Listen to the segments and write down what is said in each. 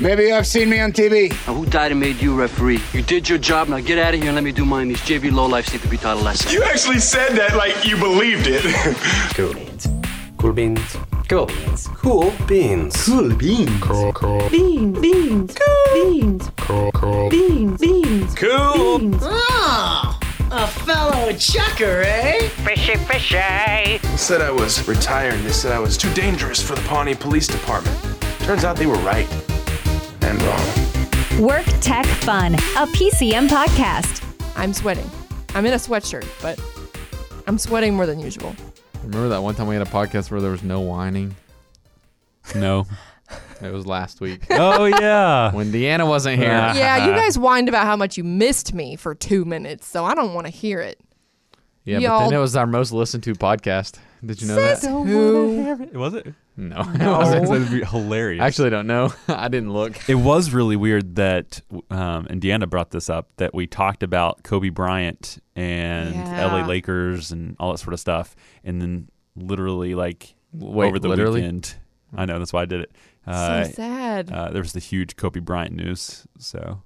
Maybe you have seen me on TV. Now, who died and made you referee? You did your job. Now get out of here and let me do mine. These JV lowlifes need to be taught a lesson. You actually said that like you believed it. Cool beans. Cool beans. Cool beans. Cool beans. Cool beans. Cool, cool. Beans, beans, cool. beans, Cool, cool. beans, beans, Cool. beans. Ah, a fellow chucker, eh? Fishy, fishy. They said I was retired. They said I was too dangerous for the Pawnee Police Department. Turns out they were right. And uh, wrong. Work Tech Fun, a PCM podcast. I'm sweating. I'm in a sweatshirt, but I'm sweating more than usual. Remember that one time we had a podcast where there was no whining? No. It was last week Oh yeah. when Deanna wasn't here. Yeah. Yeah, you guys whined about how much you missed me for two minutes, so I don't want to hear it. Yeah, but Y'all- then it was our most listened to podcast. Did you know that? Who? Was it? No. That'd be hilarious. I Oh. actually don't know. I didn't look. it was really weird that um, Indiana brought this up that we talked about Kobe Bryant and Yeah. LA Lakers and all that sort of stuff, and then literally like Wait, over the literally? weekend. I know that's why I did it. so sad. uh, there was the huge Kobe Bryant news. So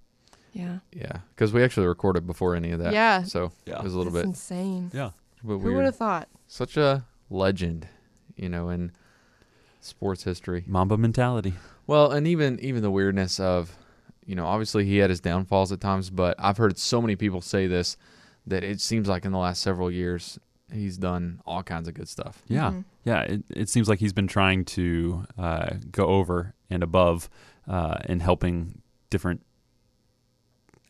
yeah. Yeah, because we actually recorded before any of that. Yeah. So Yeah. it was a little That's bit, insane. yeah, bit Who would weird. have thought? Such a legend, you know, in sports history. Mamba mentality. Well, and even even the weirdness of, you know, obviously he had his downfalls at times, but I've heard so many people say this that it seems like in the last several years he's done all kinds of good stuff. Yeah, Mm-hmm. yeah. It, it seems like he's been trying to uh, go over and above uh, in helping different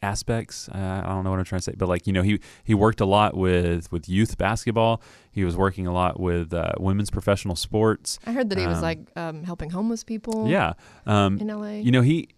aspects. Uh, I don't know what I'm trying to say, but like you know, he he worked a lot with with youth basketball. He was working a lot with uh, women's professional sports. I heard that he was Um, like um, helping homeless people. Yeah, um, In LA. you know he.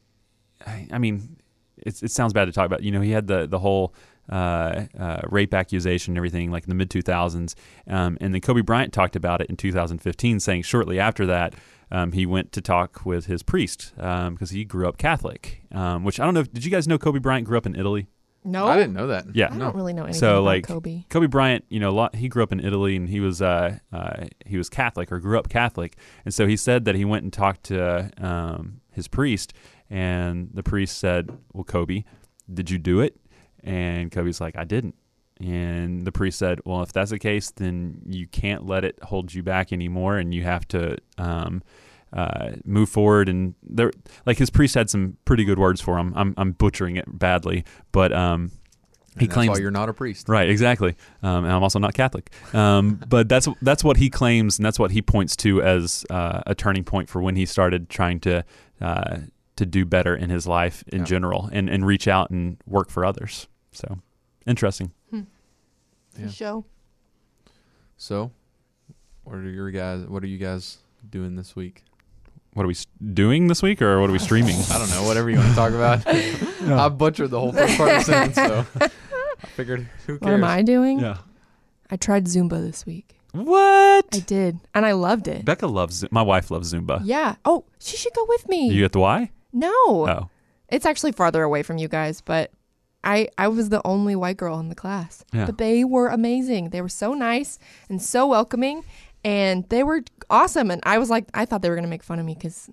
I, I mean, it's, it sounds bad to talk about. You know, he had the the whole uh, uh, rape accusation and everything, like in the mid 2000s. Um, and then Kobe Bryant talked about it in 2015, saying shortly after that um, he went to talk with his priest because he grew up Catholic. Um, which I don't know. If, did you guys know Kobe Bryant grew up in Italy? no. I didn't know that. Yeah. I don't really know anything So about like Kobe. Kobe Bryant, you know, a lot, he grew up in Italy and he was uh, uh, he was Catholic or grew up Catholic, and so he said that he went and talked to um, his priest, and the priest said, "Well, Kobe, did you do it?" And Kobe's like, "I didn't." And the priest said, "Well, if that's the case, then you can't let it hold you back anymore, and you have to." Um, uh, move forward and there like his priest had some pretty good words for him i'm, I'm butchering it badly but um And he that's claims why you're not a priest. Right, exactly. Um, and I'm also not Catholic. Um, but that's that's what he claims, and that's what he points to as uh, a turning point for when he started trying to uh, to do better in his life in Yeah. general, and and reach out and work for others. So interesting. Yeah. Show. So, what are your guys? What are you guys doing this week? What are we s- doing this week, or what are we streaming? I don't know. Whatever you want to talk about. I butchered the whole first part of the sentence, so I figured who What cares? am I doing? yeah. I tried Zumba this week. I What? did, and I loved it. Becca loves my wife loves Zumba. yeah. Oh, she should go with me. You get the why? No. Oh, It's actually farther away from you guys, but I I was the only white girl in the class. Yeah. But they were amazing. They were so nice and so welcoming and they were awesome and I was like I thought they were going to make fun of me cuz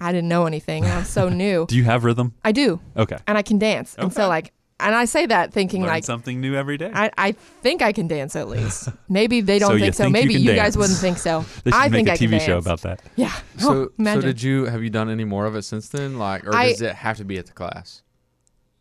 I didn't know anything and I was so new. do you have rhythm? I do Okay. and I can dance. And so Okay. like and I say that thinking Learn like something new every day. I, I think I can dance at least. Maybe they don't So you think so. think you Maybe can you, dance. guys wouldn't think so. they should I make think a I TV can dance. show about that. Yeah. Oh, So, so imagine. did you? Have you done any more of it since then? Like, or I- does it have to be at the class?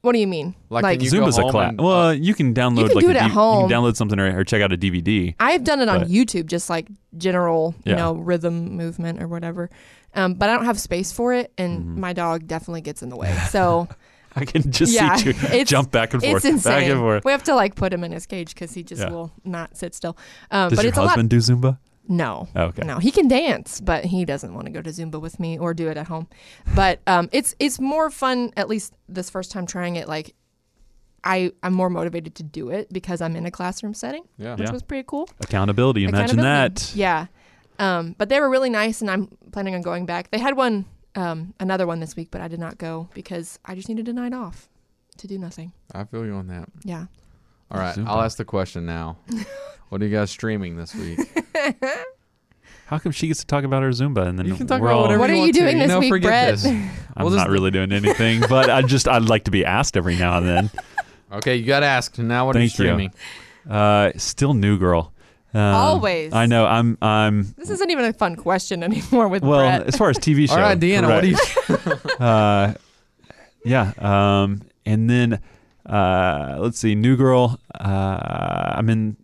what do you mean? Like, can you go Zumba's a home class. and- Well, you can download uh, can like do a it at D- home. You can download something or, or check out a DVD. I've done it on But- YouTube, just like general, you Yeah. know, rhythm movement or whatever. Um, but I don't have space for it, and Mm-hmm. my dog definitely gets in the way. So I can just yeah, see you it's- jump back and forth, it's insane. back and forth. We have to like put him in his cage because he just Yeah. will not sit still. Um, Does but your it's husband do Zumba? a lot. No, Oh, okay. no, he can dance, but he doesn't want to go to Zumba with me or do it at home. But um, it's it's more fun, at least this first time trying it. Like, I I'm more motivated to do it because I'm in a classroom setting, Yeah. which Yeah. was pretty cool. Accountability. Imagine Accountability. that. Yeah. Um, but they were really nice, and I'm planning on going back. They had one, um, another one this week, but I did not go because I just needed a night off to do nothing. I feel you on that. Yeah. All right, Zumba. I'll ask the question now. what are you guys streaming this week? How come she gets to talk about her Zumba and then You can talk we're about all- whatever What you are you want to. doing this know, week, forget Brett? this. I'm Well, this not is the- really doing anything, but I just I'd like to be asked every now and then. Okay, you got asked. Now what are you Thank streaming? you. Uh, still New Girl. Um, Always. I know. I'm. I'm. This isn't even a fun question anymore with Well, Brett. as far as TV show. All right, Deanna, what do you? correct. uh, yeah. Um, and then uh, let's see, New Girl. Uh, I'm in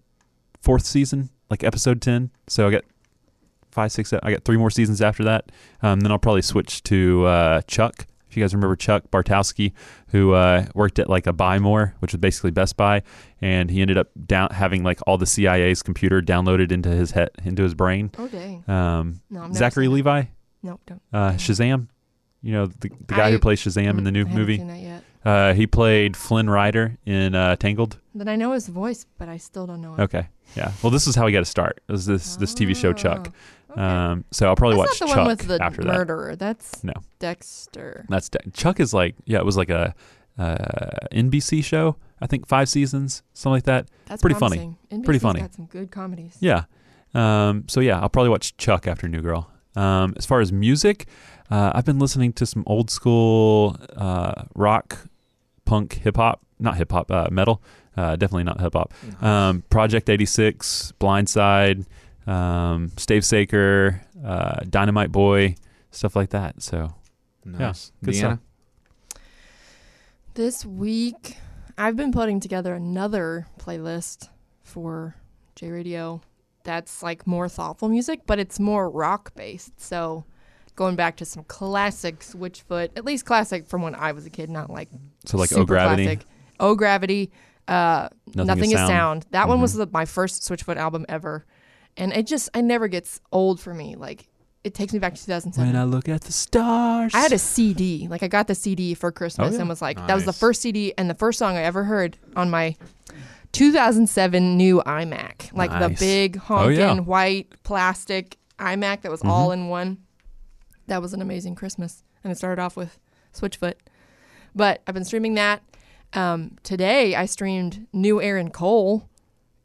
fourth season, like episode ten. So I got five, six. se- I got three more seasons after that. Um, then I'll probably switch to uh, Chuck. If you guys remember Chuck Bartowski, who uh, worked at like a Buy More, which was basically Best Buy, and he ended up down having like all the CIA's computer downloaded into his head, into his brain. Oh, dang. Um, No, I've never Zachary seen it. Levi. Nope, don't. Uh, Shazam. You know the, the guy I- who plays Shazam in the new I haven't movie. seen that yet. Uh, he played Flynn Rider in uh, Tangled. Then I know his voice, but I still don't know it. Okay, yeah. Well, this is how he got to start. It was this this TV Oh, show Chuck. Um, so I'll probably That's watch not the Chuck one with the after that. murderer. That's No. Dexter. That's de- Chuck is like yeah, it was like a uh, NBC show. I think five seasons, something like that. That's pretty promising. funny. NBC's pretty funny. Got some good comedies. Yeah. Um, so yeah, I'll probably watch Chuck after New Girl. Um, as far as music, uh, I've been listening to some old school uh, rock, punk, hip hop, not hip hop, uh, metal. Uh, definitely not hip hop. Um, Project 86, Blindside, um, Stave Saker, uh, Dynamite Boy, stuff like that. So, Nice. yeah, good Deanna? stuff. This week, I've been putting together another playlist for J Radio that's like more thoughtful music, but it's more rock based. So going back to some classic Switchfoot, at least classic from when I was a kid, not like So like super Oh Gravity. classic. Oh Gravity, uh, Nothing Nothing, is is, Sound. sound. That one was the, my first Switchfoot album ever. And it just, it never gets old for me. Like, it takes me back to 2007. When I look at the stars. I had a CD. Like I got the CD for Christmas Oh, yeah. and was like, that was the Nice. first CD and the first song I ever heard on my 2007 new iMac. Like Nice. the big Oh, honking yeah. Mm-hmm. white plastic iMac that was all in one. That was an amazing Christmas, and it started off with Switchfoot. But I've been streaming that. Um, today I streamed New Aaron Cole,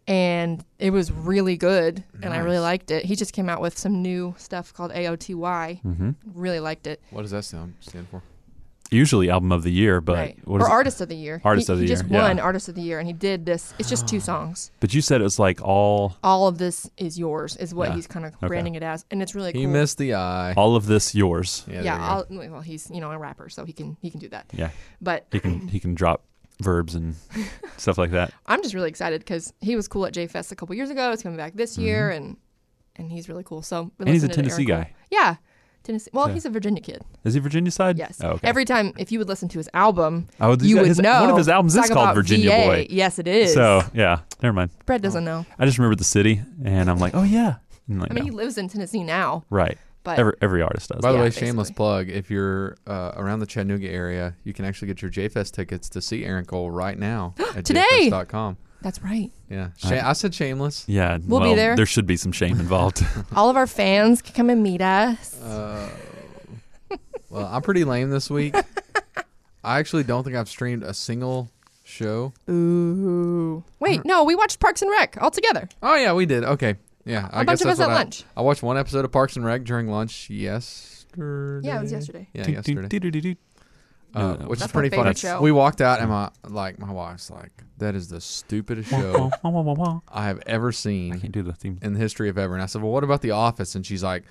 and it was really good, and I really Nice. liked it. He just came out with some new stuff called AOTY. hmm Really liked it. What does that sound stand for? Usually album of the year, but right. what or is it? artist of the year. Artist he, of the he year, just yeah. won artist of the year, and he did this. It's just two songs. But you said it was like all All of this is yours, is what Yeah. he's kind of Okay. branding it as, and it's really He cool. missed the eye. all of this yours. yeah, Yeah. there you go. I'll, well, he's you know a rapper, so he can he can do that. Yeah. But He can he can drop verbs and stuff like that. I'm just really excited because he was cool at J Fest a couple years ago. He's coming back this year, and and he's really cool. So been Mm-hmm. And he's a listening to Aaron Tennessee Cole. guy. Yeah, Tennessee. Well, So- he's a Virginia kid. Is he Virginia side? Yes. Oh, okay. Every time, if you would listen to his album, Oh, he's you got would his- know. one of his albums is Talk called about Virginia VA. Boy. Yes, it is. so yeah, never mind. Brett doesn't know. I just remember the city, and I'm like, oh yeah. And like, I mean, he no. lives in Tennessee now, right. but Every every artist does. By the Yeah, way, basically. shameless plug. If you're uh, around the Chattanooga area, you can actually get your JFest tickets to see Aaron Cole right now at Today! JFest.com. That's right. Yeah. Sha- I said shameless. yeah, We'll be well, there. There should be some shame involved. All of our fans can come and meet us. Uh, Well, I'm pretty lame this week. I actually don't think I've streamed a single show. Ooh. uh-huh. Wait, no, we watched Parks and Rec all together. Oh yeah, we did. Okay. Yeah. I bunch guess of us that's at what I- lunch. I watched one episode of Parks and Rec during lunch yesterday. Yeah, it was yesterday. Yeah, yesterday. Uh, which is That's my pretty funny. favorite show. We walked out and my like my wife's like, that is the stupidest show I I have ever seen Uh-huh. can't do the theme. in the history of ever. And I said, well, what about The Office? And she's like,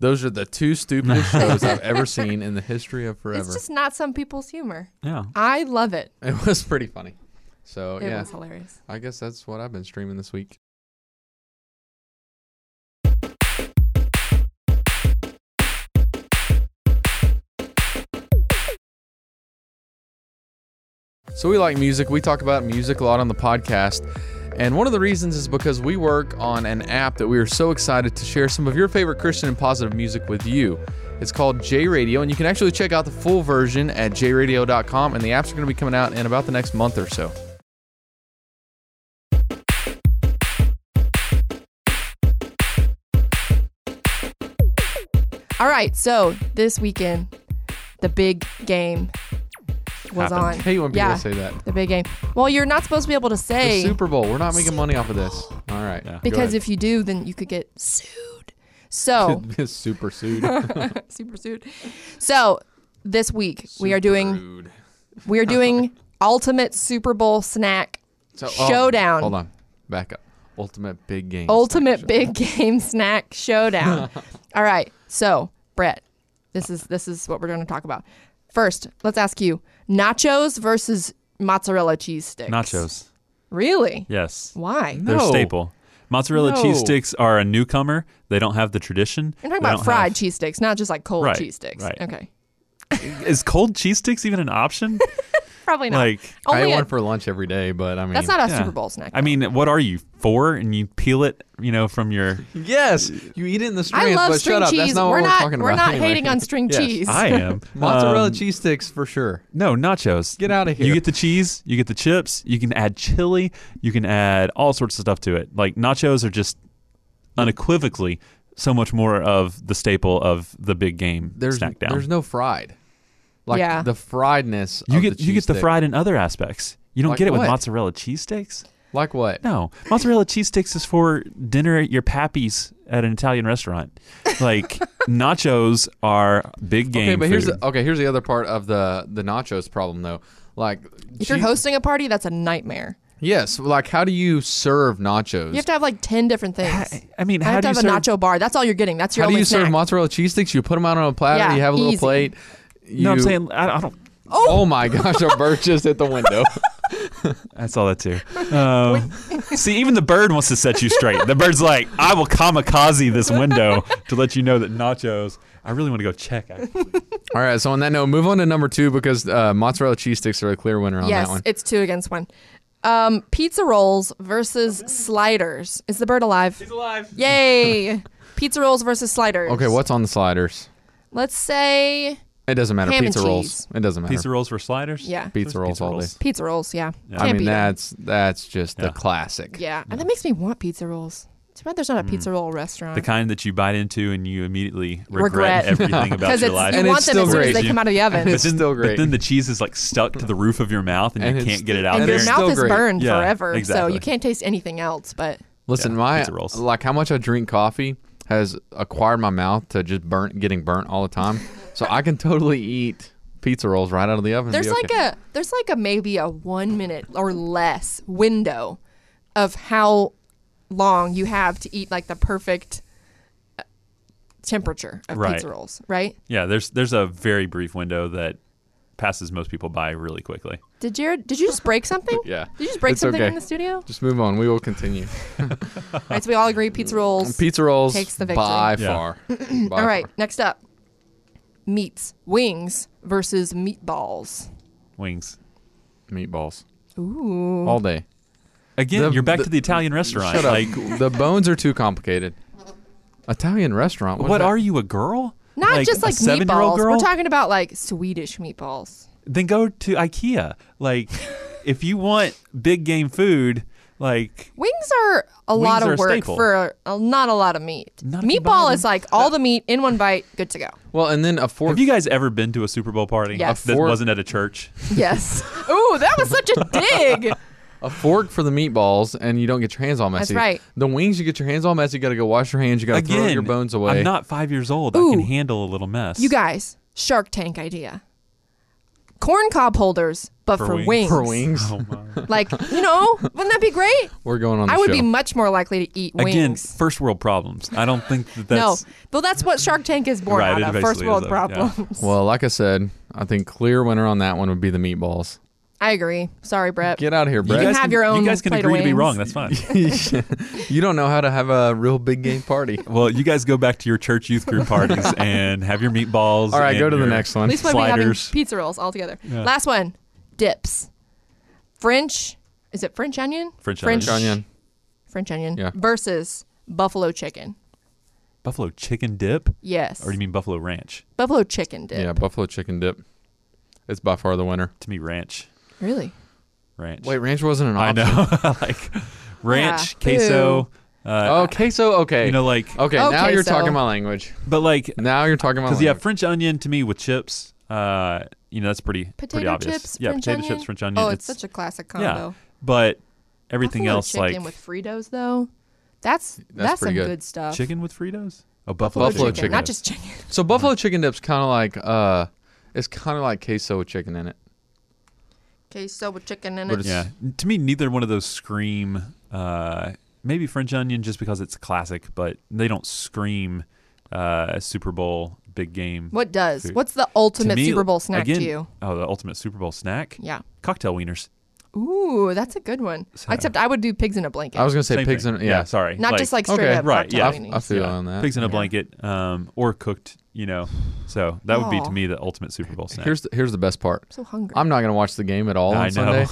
those are the two stupidest shows I've ever seen in the history of forever. It's just not some people's humor. Yeah. I love it. It was pretty funny. So It Oh, yeah, was hilarious. I guess that's what I've been streaming this week. So we like music. We talk about music a lot on the podcast. And one of the reasons is because we work on an app that we are so excited to share some of your favorite Christian and positive music with you. It's called J Radio, and you can actually check out the full version at jradio.com. And the apps are going to be coming out in about the next month or so. All right, so this weekend, the big game was Happened. on. I hate when people yeah, say that. the big game. Well, you're not supposed to be able to The say Super Bowl. We're not making money off of this. All right. Yeah. because if you do, then you could get sued. So Super sued. super suit. So this week we are doing we are doing ultimate Super Bowl snack So- oh, showdown. Hold on, back up. Ultimate big game. Ultimate big game snack showdown. All right. So, Brett, this is this is what we're going to talk about. First, let's ask you: nachos versus mozzarella cheese sticks. Nachos. Really? Yes. Why? They're staple. Mozzarella cheese No. sticks are a newcomer. They don't have the tradition. You're talking They about don't fried cheese sticks, not just like cold Right, cheese sticks. right. Okay. have- Is cold cheese sticks even an option? Probably not. Like Only I ate a- one for lunch every day, but I mean That's not a Super Bowl snack, I mean, what are you four? And you peel it, you know, from your. Yes, you eat it in the I strands, love but string shut up. cheese. That's not We're what not- we're talking we're about. not anyway. hating on string Yes. cheese. I am Mozzarella Um, cheese sticks for sure. No, nachos. Get outta here. You get the cheese, you get the chips, you can add chili, you can add all sorts of stuff to it. Like nachos are just unequivocally so much more of the staple of the big game There's snack down. there's no fried. Like Yeah. the friedness. you of get the you cheese get the stick. fried in other aspects. You don't Like get it with what? mozzarella cheese sticks. Like what? No, mozzarella cheese sticks is for dinner at your pappy's at an Italian restaurant. Like nachos are big game. okay, but here's uh, food. the, okay. Here's the other part of the the nachos problem though. Like If you're cheese- hosting a party, that's a nightmare. Yes, like how do you serve nachos? You have to have like ten different things. I mean, I how have do to you have a serve- nacho bar. That's all you're getting. That's your how do only you snack. serve mozzarella cheese sticks? You put them out on a platter. Yeah, you have a little easy. plate. no, I'm you- saying I, I don't. Oh, my gosh, a bird just hit the window. I saw that too. Um, see, even the bird wants to set you straight. The bird's like, I will kamikaze this window to let you know that nachos. I really want to go check. Actually. All right, so on that note, move on to number two because uh, mozzarella cheese sticks are a clear winner on yes, that one. it's two against one. Um, pizza rolls versus sliders. Is the bird alive? He's alive. Yay! pizza rolls versus sliders. Okay, what's on the sliders? Let's say It doesn't matter. Ham and pizza cheese. rolls. It doesn't matter. Pizza rolls for sliders. Yeah. Pizza rolls all day. pizza rolls. Yeah. I Can't mean, beat 'em. that's that's just the Yeah. classic. Yeah, and that makes me want pizza rolls. Too bad there's not a Hmm. pizza roll restaurant. The kind that you bite into and you immediately Regret. regret, everything about Because your it's life. you And want it's them still as soon as great. they come out of the oven, It's still But great. then the cheese is like stuck to the roof of your mouth and, And you it's- can't get it and out. and there. your it's mouth still is great. burned Yeah, forever, so exactly. you can't taste anything else. But Listen, Yeah, my pizza rolls. like how much I drink coffee has acquired my mouth to just burnt getting burnt all the time. so I can totally eat pizza rolls right out of the oven. there's like a there's like a maybe a one minute or less window of how long you have to eat like the perfect uh, temperature of Right. pizza rolls, right? Yeah, there's there's a very brief window that passes most people by really quickly. Did Jared? Did you just break something? Yeah. Did you just break It's something okay. in the studio? Just move on. We will continue. All right, so we all agree pizza rolls. Pizza rolls Takes the victory. by Yeah. far. By all right, far. next up, meats, wings versus meatballs. Wings. meatballs Ooh. all day. Again, The- you're back the- to the Italian restaurant. Shut like, up. the bones are too complicated. Italian restaurant. what, What, are you, a girl? Not just a like seven-year-old meatballs. girl? We're talking about like Swedish meatballs. then go to IKEA. Like, if you want big game food, like Wings are a Wings lot are of a work staple. for uh, not a lot of meat. Not if you buy Meatball them. is like all the meat in one bite, good to go. Well, and then a fork. have you guys ever been to a Super Bowl party Yes. that Four- wasn't at a church? Yes. Ooh, that was such a dig. a fork for the meatballs, and you don't get your hands all messy. right. The wings, you get your hands all messy. You got to go wash your hands. You got to throw Again, your bones away. I'm not five years old. I Ooh. can handle a little mess. You guys, Shark Tank idea. Corn cob holders, but for, For wings. wings. for wings. Oh my. Like, you know, wouldn't that be great? We're going on. The I would show. be much more likely to eat wings. Again, first world problems. I don't think that no. that's Well, that's what Shark Tank is born Right, it out of. First basically world is a- yeah. problems. Well, like I said, I think clear winner on that one would be the meatballs. I agree. Sorry, Brett. Get out of here, Brett. You You, guys have your own You guys can plate of agree to be wings. wrong. That's fine. don't know how to have a real big game party. well, you guys go back to your church youth group parties and have your meatballs. All right, and go to the your- next At one. least we'll be having Sliders. pizza rolls all together. Yeah. Last one, dips. French, is it French onion? French French onion. French onion Yeah. versus buffalo chicken. Buffalo chicken dip, Yes. or do you mean buffalo ranch? buffalo chicken dip. Yeah, buffalo chicken dip. It's by far the winner. To me, ranch, Really? ranch. Wait, ranch wasn't an I option. know, like ranch, queso. Uh, Oh, queso. Okay. You know, like, okay, now Okay, you're so- talking my language. but like, Now you're talking my because language. you have French onion to me with chips. Uh, you know, that's pretty pretty Potato obvious. chips, yeah, French potato onion. chips, French onion. Oh, it's, such a classic combo. yeah, but everything buffalo else chicken like with Fritos though. That's that's, some pretty good. good. stuff. chicken with Fritos. Oh, Buffalo buffalo chicken. Not just chicken. so buffalo chicken dip's kind of like uh, It's kind of like queso with chicken in it. Queso with chicken in But it. it's, yeah, to me, neither one of those scream. Uh, maybe French Onion, just because it's classic, but they don't scream uh, Super Bowl big game. What does? food. What's the ultimate me, Super Bowl snack to again- you? Oh, the ultimate Super Bowl snack? Yeah. cocktail wieners. Ooh, that's a good one. So- Except I would do pigs in a blanket. I was gonna say Same pigs thing. in. Yeah, sorry. Not just like straight Okay. up right, yeah. cocktail I minis. feel on that. Pigs in a blanket, um, or cooked. You know, so that would be Oh. to me the ultimate Super Bowl snack. Here's the, here's the best part. so hungry. I'm not gonna watch the game at all on I know. Sunday,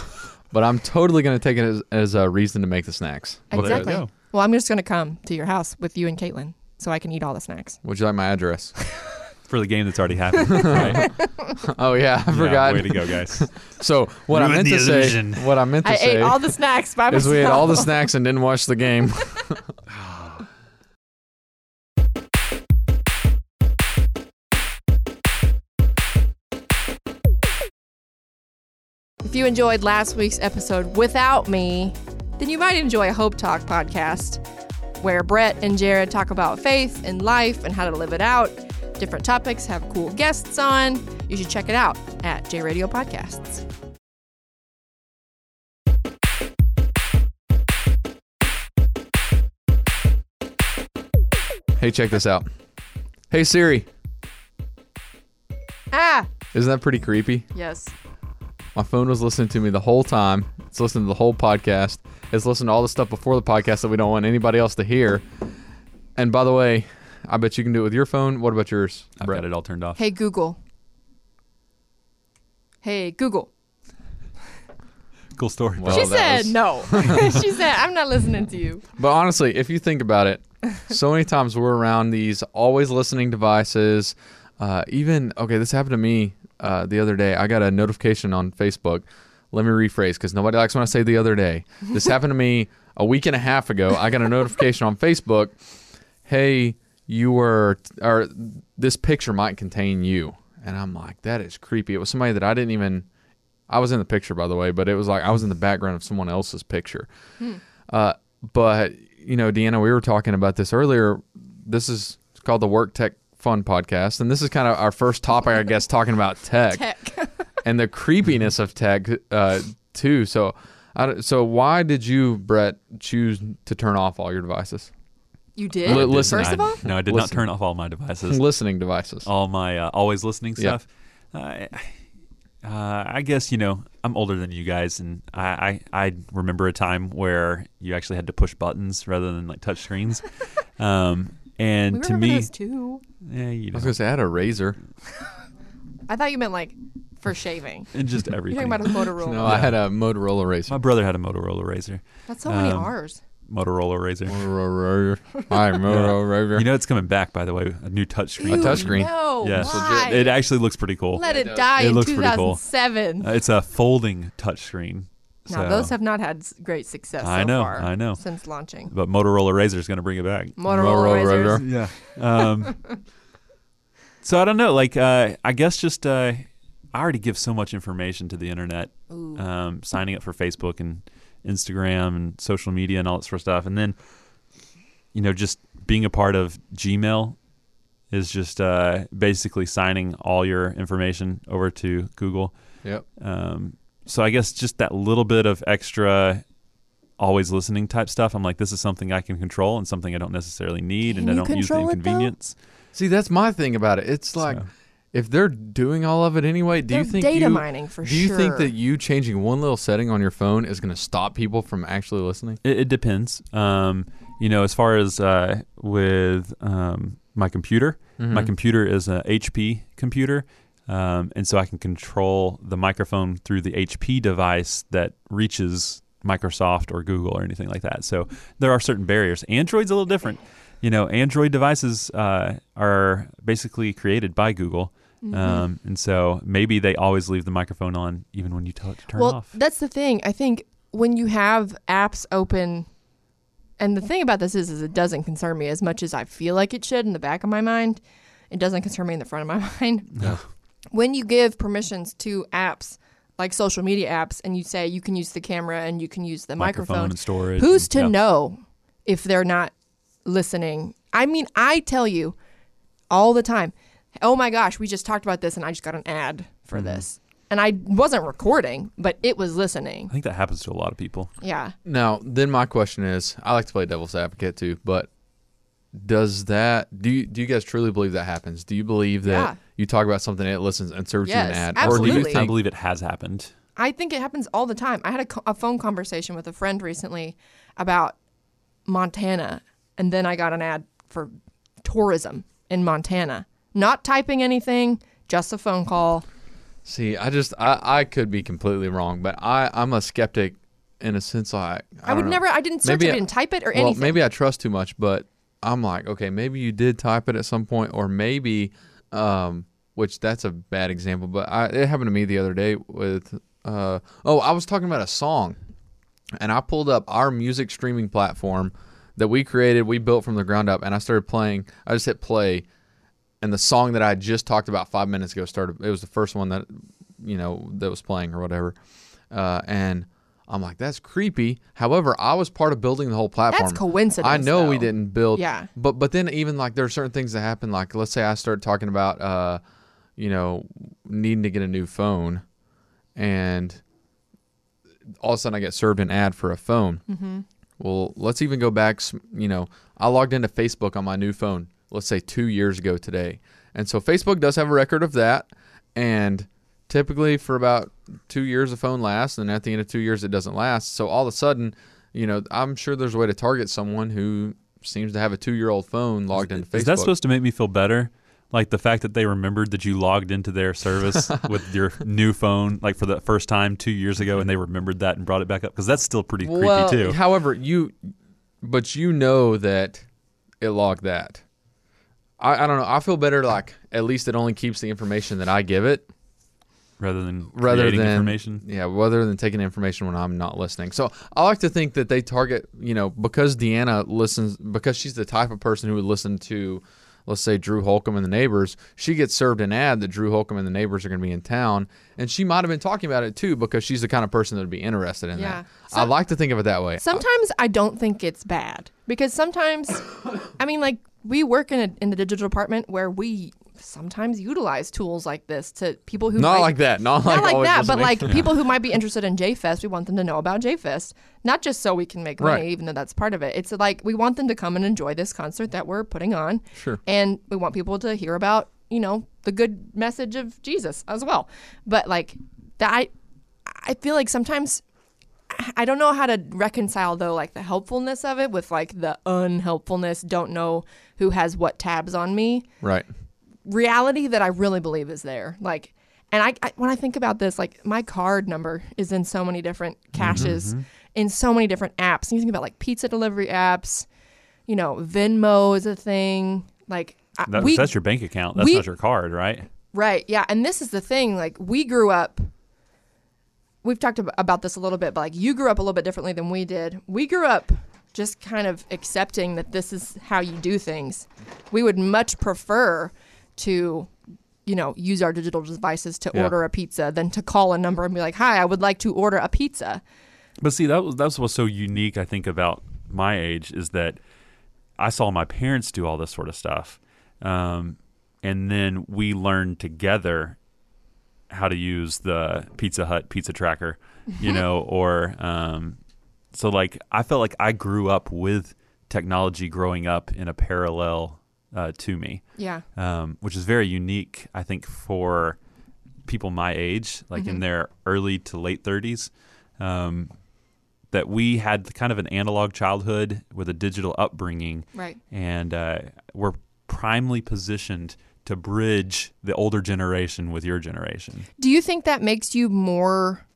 but I'm totally gonna take it as, as a reason to make the snacks. Well, there you exactly. go. Well, I'm just gonna come to your house with you and Caitlin so I can eat all the snacks. Would you like my address? for the game that's already happened. Right? oh yeah, I forgot. way to go, guys. So what I meant Ruined the to say, illusion. what I meant to I say, ate all the snacks by myself. is we had all the snacks and didn't watch the game. If you enjoyed last week's episode without me, then you might enjoy a Hope Talk podcast where Brett and Jared talk about faith and life and how to live it out. Different topics, have cool guests on. You should check it out at J Radio Podcasts. hey, check this out. Hey Siri, Ah, isn't that pretty creepy? yes. My phone was listening to me the whole time. It's listening to the whole podcast. It's listening to all the stuff before the podcast that we don't want anybody else to hear. And by the way, I bet you can do it with your phone. What about yours? I've Brett? got it all turned off. Hey, Google. Hey, Google. Cool story. Well, she Oh, that said was- no. she said, I'm not listening to you. But honestly, if you think about it, so many times we're around these always listening devices. Uh, even okay, this happened to me uh, the other day. I got a notification on Facebook. Let me rephrase because nobody likes when I say the other day. This happened to me a week and a half ago. I got a notification on Facebook. Hey, you were or this picture might contain you, and I'm like, that is creepy. It was somebody that I didn't even. I was in the picture, by the way, but it was like I was in the background of someone else's picture. Uh, but you know, Deanna, we were talking about this earlier. This is it's called the Work Tech Fun Podcast, and this is kind of our first topic, I guess, talking about tech, Tech. and the creepiness of tech uh, too. So, I, don't- so why did you, Brett, choose to turn off all your devices, You did? Li- listen, First I, of all? no, I did Listen. not turn off all my devices. listening devices? all my uh, always listening Yeah. stuff. I, uh, I guess you know I'm older than you guys, and I, I I remember a time where you actually had to push buttons rather than like touch screens. um, and We to remember me, those too. yeah, you I was know, gonna say I had a razor. I thought you meant like for shaving. and just You're everything. talking about a Motorola. No, Oh, I had a Motorola razor. my brother had a Motorola Razor. That's so many Um, R's. Motorola Razor. Motorola razor. My Motorola razor. You know it's coming back, by the way, a new touchscreen. Ew. touchscreen. No, yeah, why? it actually looks pretty cool. Let it die It in looks pretty cool. 2007. Uh, it's a folding touchscreen. now, so- those have not had s- great success uh, I so know, far I know. since launching. but Motorola Razor is going to bring it back. Motorola razors. Yeah. Um, so I don't know. Like, uh, I guess just uh, I already give so much information to the internet, um, signing up for Facebook and Instagram and social media and all that sort of stuff, and then you know just being a part of Gmail is just uh, basically signing all your information over to Google. Yep. Um, so I guess just that little bit of extra always listening type stuff. I'm like, this is something I can control and something I don't necessarily need, Can and I you don't use the control it, though? inconvenience. See, that's my thing about it. It's like So- if they're doing all of it anyway, do you They're think data you, mining for Do you think sure. that you changing one little setting on your phone is going to stop people from actually listening? It, it depends. Um, you know, as far as uh, with um, my computer, my computer is a HP computer. Um, and so I can control the microphone through the HP device that reaches Microsoft or Google or anything like that. So there are certain barriers. Android's a little different. You know, Android devices uh, are basically created by Google. Mm-hmm. Um, and so maybe they always leave the microphone on even when you tell it to turn well, off. that's the thing. I think when you have apps open, and the thing about this is, is it doesn't concern me as much as I feel like it should in the back of my mind. It doesn't concern me in the front of my mind. When you give permissions to apps like social media apps, and you say you can use the camera and you can use the Microphone microphone, and storage who's and- to yeah. know if they're not listening? I mean, I tell you all the time oh my gosh, we just talked about this and I just got an ad for this. And I wasn't recording, but it was listening. I think that happens to a lot of people. Yeah. Now, then my question is, I like to play devil's advocate too, but does that do you, do you guys truly believe that happens? Do you believe that Yeah. you talk about something and it listens and serves you Yes, an ad, I or do you absolutely. think believe, I believe it has happened. I think it happens all the time. I had a, co- a phone conversation with a friend recently about Montana, and then I got an ad for tourism in Montana. Not typing anything, just a phone call. See, I just I, I could be completely wrong, but I I'm a skeptic in a sense. Like I, I would don't know. never- I didn't search it, I didn't type it or well, anything. Maybe I trust too much, but I'm like, okay, maybe you did type it at some point, or maybe, um, which that's a bad example, but I, it happened to me the other day with uh oh I was talking about a song, and I pulled up our music streaming platform that we created, we built from the ground up, and I started playing. I just hit play, and the song that I just talked about five minutes ago started. It was the first one that you know that was playing or whatever, uh, and I'm like, that's creepy. However, I was part of building the whole platform. coincidence, I know we though. didn't build. Yeah. But but then even like there are certain things that happen. Like let's say I start talking about uh, you know, needing to get a new phone, and all of a sudden I get served an ad for a phone. Mm-hmm. Mhm. Well, let's even go back. s- You know, I logged into Facebook on my new phone, let's say two years ago today. And so Facebook does have a record of that. And typically for about two years, a phone lasts. And at the end of two years, it doesn't last. So all of a sudden, you know, I'm sure there's a way to target someone who seems to have a two year old phone logged into Facebook. Is that supposed to make me feel better? Like the fact that they remembered that you logged into their service with your new phone, like for the first time two years ago, and they remembered that and brought it back up because that's still pretty Well, creepy too. However, you, but you know that it logged that. I, I don't know. I feel better like at least it only keeps the information that I give it, rather than rather creating than information. Yeah, rather than taking information when I'm not listening. So I like to think that they target you know because Deanna listens because she's the type of person who would listen to. Let's say Drew Holcomb and the neighbors. She gets served an ad that Drew Holcomb and the neighbors are going to be in town, and she might have been talking about it too because she's the kind of person that would be interested in Yeah. that. I like to think of it that way. Sometimes I don't think it's bad because sometimes, I mean, like we work in a, in the digital department where we sometimes utilize tools like this to people who not might- like that. Not like, not like always that, but like listening. people who might be interested in JFest, we want them to know about JFest, not just so we can make money, Right. even though that's part of it. It's like we want them to come and enjoy this concert that we're putting on, Sure. and we want people to hear about, you know, the good message of Jesus as well. But like that, I, I feel like sometimes I don't know how to reconcile though, like the helpfulness of it with like the unhelpfulness. Don't know who has what tabs on me Right. reality that I really believe is there. Like, and I, I when I think about this, like my card number is in so many different Mm-hmm, caches, Mhm. in so many different apps. And you think about like pizza delivery apps, you know, Venmo is a thing. Like I- That- we, that's your bank account. That's we- not your card, right? Right. Yeah. And this is the thing. Like, we grew up, we've talked ab- about this a little bit, but like, you grew up a little bit differently than we did. We grew up just kind of accepting that this is how you do things. We would much prefer to, you know, use our digital devices to Yeah. order a pizza than to call a number and be like, hi, I would like to order a pizza. But see, that was that's what's so unique, I think, about my age is that I saw my parents do all this sort of stuff, um, and then we learned together how to use the Pizza Hut pizza tracker, you know, or um, so like I felt like I grew up with technology growing up in a parallel uh, to me, Yeah. um, which is very unique, I think, for people my age, like in Mhm. their early to late 30s, um, that we had kind of an analog childhood with a digital upbringing. Right. And uh, we're primely positioned to bridge the older generation with your generation. Do you think that makes you more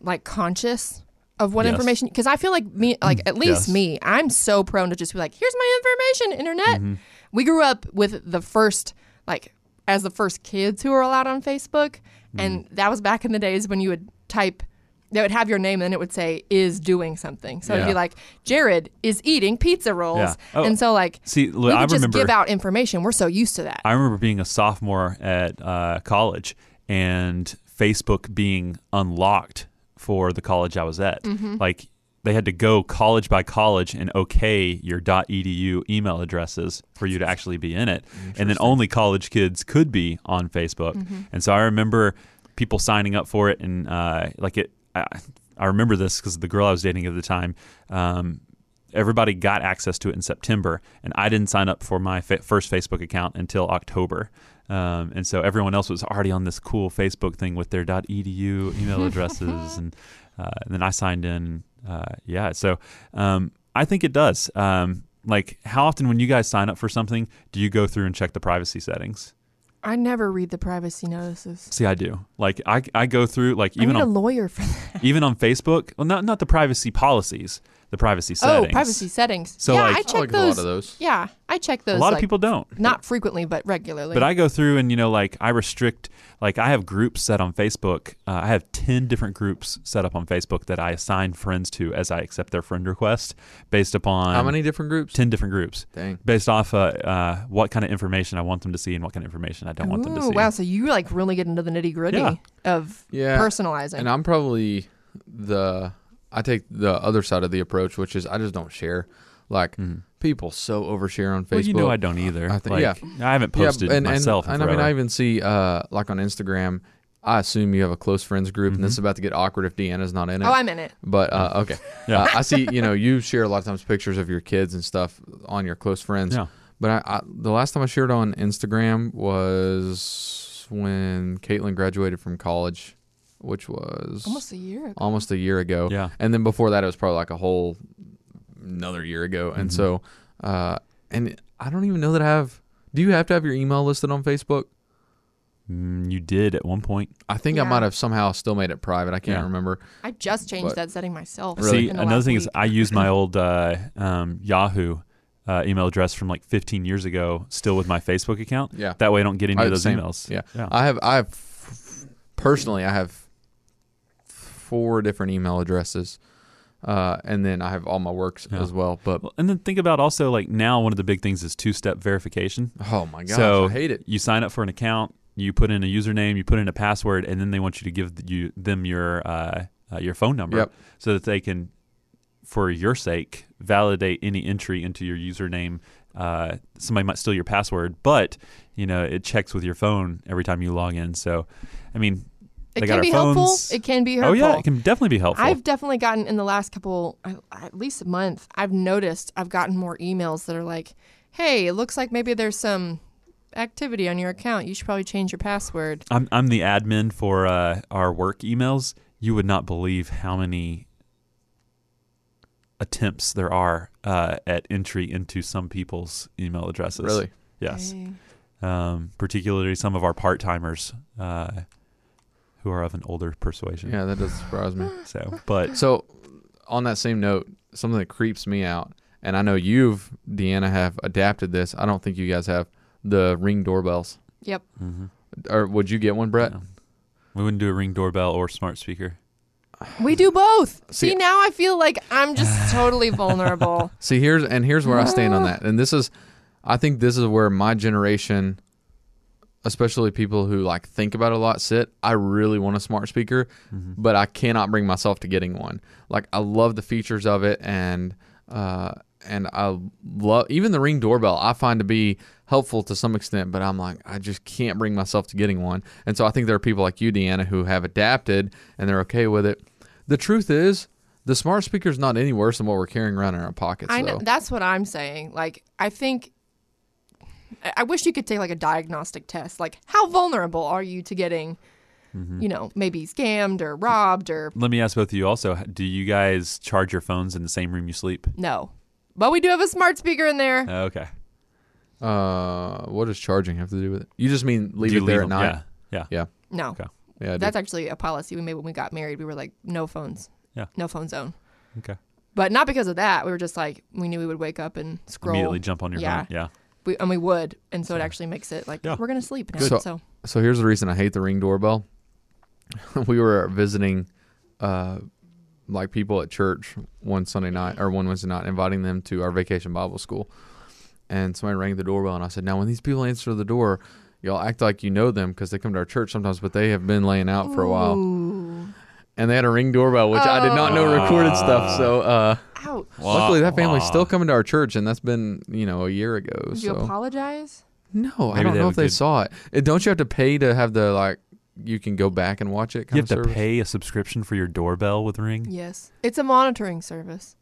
like conscious of what Yes. Mm. information? Because I feel like me, like at least Yes. me, I'm so prone to just be like, "Here's my information, internet." Mhm. We grew up with the first, like, as the first kids who were allowed on Facebook, and Mm. that was back in the days when you would type. They would have your name, and then it would say "is doing something." So it'd be Yeah. like, "Jared is eating pizza rolls," Yeah. Oh. and so like, See, we look, would I just remember give out information. We're so used to that. I remember being a sophomore at uh, college and Facebook being unlocked for the college I was at. Mhm. Like they had to go college by college and okay your .edu email addresses for you to actually be in it, and then only college kids could be on Facebook. Mhm. And so I remember people signing up for it, and uh, like it, I, I remember this because the girl I was dating at the time. Um, Everybody got access to it in September, and I didn't sign up for my fa- first Facebook account until October. Um, and so everyone else was already on this cool Facebook thing with their .edu email addresses, and, uh, and then I signed in. Uh, yeah, so um, I think it does. Um, like, how often when you guys sign up for something, do you go through and check the privacy settings? I never read the privacy notices. See, I do. Like, I, I go through like I even need a on lawyer for that. even on Facebook. Well, not not the privacy policies, the privacy Oh, settings. privacy settings. So, yeah, like- I I check like a those. lot of those. Yeah, I check those. A lot of like, people don't. Not frequently, but regularly. But I go through and you know, like I restrict. Like I have groups set on Facebook. Uh, I have ten different groups set up on Facebook that I assign friends to as I accept their friend request, based upon How many different groups? Ten different groups. Dang. Based off uh, uh, what kind of information I want them to see and what kind of information I don't want them to Ooh, see. wow. So you like really get into the nitty gritty Yeah. of personalizing. And I'm probably the I take the other side of the approach, which is I just don't share. Like people so overshare on Facebook. Mm-hmm. Well, you know I don't either. I think, Like, yeah, I haven't posted yeah, and, and- myself in And, I mean, forever. I even see uh, like on Instagram. I assume you have a close friends group, Mm-hmm. and this is about to get awkward if Deanna's not in it. Oh, I'm in it. But uh, okay, Yeah. Uh, I see. You know, you share a lot of times pictures of your kids and stuff on your close friends. Yeah. But I, I, the last time I shared on Instagram was when Caitlin graduated from college, which was Almost a year ago. Almost a year ago. Yeah. And then before that, it was probably like a whole another year ago. And Mhm. so, uh, and I don't even know that I have. Do you have to have your email listed on Facebook? Mm, you did at one point. I think I Yeah. might have somehow still made it private. I can't Yeah. remember. I just changed But- that setting myself. See, in the another last thing is week. I use my old uh, um, Yahoo uh, email address from like 15 years ago, still with my Facebook account. Yeah. That way I don't get any I- of those same. emails. Yeah. I have, I have, personally, I have four different email addresses. Uh, and then I have all my works Yeah. as well. But And then think about also like now one of the big things is two step verification. Oh my gosh, So I hate it. You sign up for an account, you put in a username, you put in a password, and then they want you to give th- you them your uh, uh, your phone number Yep. so that they can, for your sake, validate any entry into your username. Uh, somebody might steal your password, but you know it checks with your phone every time you log in. So, I mean, It they can got be our helpful. phones. It can be Oh yeah, hurtful. it can definitely be helpful. I've definitely gotten in the last couple, uh, at least a month, I've noticed I've gotten more emails that are like, hey, it looks like maybe there's some activity on your account. You should probably change your password. I'm I'm the admin for uh, our work emails. You would not believe how many attempts there are uh, at entry into some people's email addresses. Really? Yes. Dang. Um, particularly some of our part timers uh, who are of an older persuasion. Yeah, that does surprise me. So, but so on that same note, something that creeps me out, and I know you've Deanna have adapted this. I don't think you guys have the ring doorbells. Yep. Mhm. Or would you get one, Brett? we wouldn't do a ring doorbell or smart speaker. We do both. See- See, now I feel like I'm just totally vulnerable. See, here's and here's where I stand on that. And this is, I think this is where my generation, especially people who like think about it a lot, sit. I really want a smart speaker, but I cannot bring myself to getting one. Like I love the features of it, and uh, and I love even the Ring doorbell. I find to be helpful to some extent, but I'm like I just can't bring myself to getting one. And so I think there are people like you, Deanna, who have adapted and they're okay with it. The truth is. The smart speaker's not any worse than what we're carrying around in our pockets. I know though. that's what I'm saying. Like I think I- I wish you could take like a diagnostic test. Like how vulnerable are you to getting, Mm-hmm. you know, maybe scammed or robbed or Let me ask both of you also do you guys charge your phones in the same room you sleep? no. But we do have a smart speaker in there. Okay. Uh, what does charging have to do with it? You just mean leave Do it you there leave at them? night? Yeah, Yeah. No. Yeah. I do. That's actually a policy we made when we got married. We were like, no phones. Yeah. No phone zone. Okay. But not because of that. We were just like, we knew we would wake up and scroll. Immediately jump on your phone. Yeah. We, and we would. And so it actually makes it like, we're going to sleep now. So, so so here's the reason I hate the ring doorbell. we were visiting, uh, like people at church one Sunday night or one Wednesday night, inviting them to our vacation Bible school, and somebody rang the doorbell, and I said, "Now, when these people answer the door, y'all act like you know them because they come to our church sometimes, but they have been laying out for a while." and they had a ring doorbell, which I did not know Ah. recorded stuff. So, uh, Ouch. luckily that family's Wow. still coming to our church, and that's been you know a year ago. Would so you apologize? no, I Maybe don't they know if have a they good- saw it. Uh, Don't you have to pay to have the like you can go back and watch it? Kind You have of to service? pay a subscription for your doorbell with Ring. Yes. It's a monitoring service.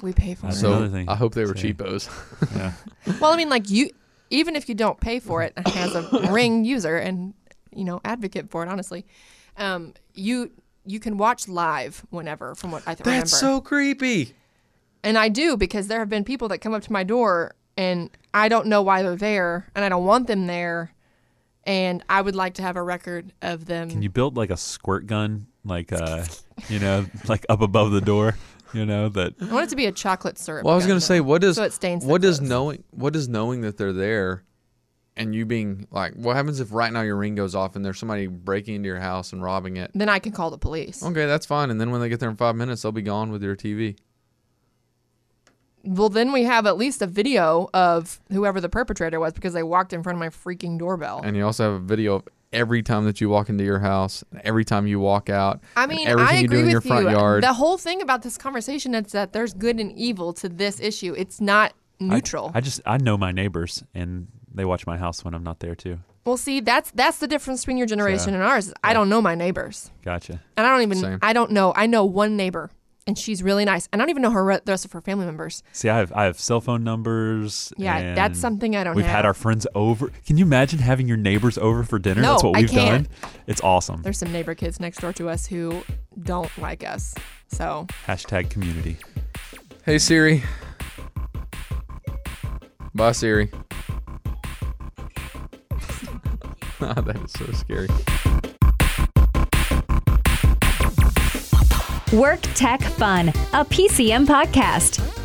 We pay for That's it. another So thing. I hope they were Say. cheapos. Yeah. Well, I mean, like you, even if you don't pay for it as a ring user and you know advocate for it, honestly, um, you you can watch live whenever, from what I th- remember. That's so creepy. and I do because there have been people that come up to my door and I don't know why they're there and I don't want them there, and I would like to have a record of them. Can you build like a squirt gun, like uh, you know, like up above the door, you know that? I want it to be a chocolate syrup. Well, I was gun, gonna say, though, what does so it stains. the what does clothes. knowing what does knowing that they're there, and you being like, what happens if right now your ring goes off and there's somebody breaking into your house and robbing it? Then I can call the police. Okay, that's fine. And then when they get there in five minutes, they'll be gone with your TV. Well, then we have at least a video of whoever the perpetrator was because they walked in front of my freaking doorbell. And you also have a video of every time that you walk into your house, and every time you walk out, I and mean, everything I you do agree in with your front you. yard. The whole thing about this conversation is that there's good and evil to this issue. It's not I- neutral. I, just I know my neighbors, and they watch my house when I'm not there too. well, see, that's that's the difference between your generation and ours. is I don't know my neighbors, Gotcha. and I don't even. Same. I don't know. I know one neighbor, and she's really nice. I don't even know her re- the rest of her family members. See, I have I have cell phone numbers. Yeah, and that's something I don't We've have. had our friends over. Can you imagine having your neighbors over for dinner? No, that's what I we've can't. done. It's awesome. There's some neighbor kids next door to us who don't like us. So Hashtag community. hey Siri. Bye Siri. that is so scary. Work Tech Fun, a PCM podcast.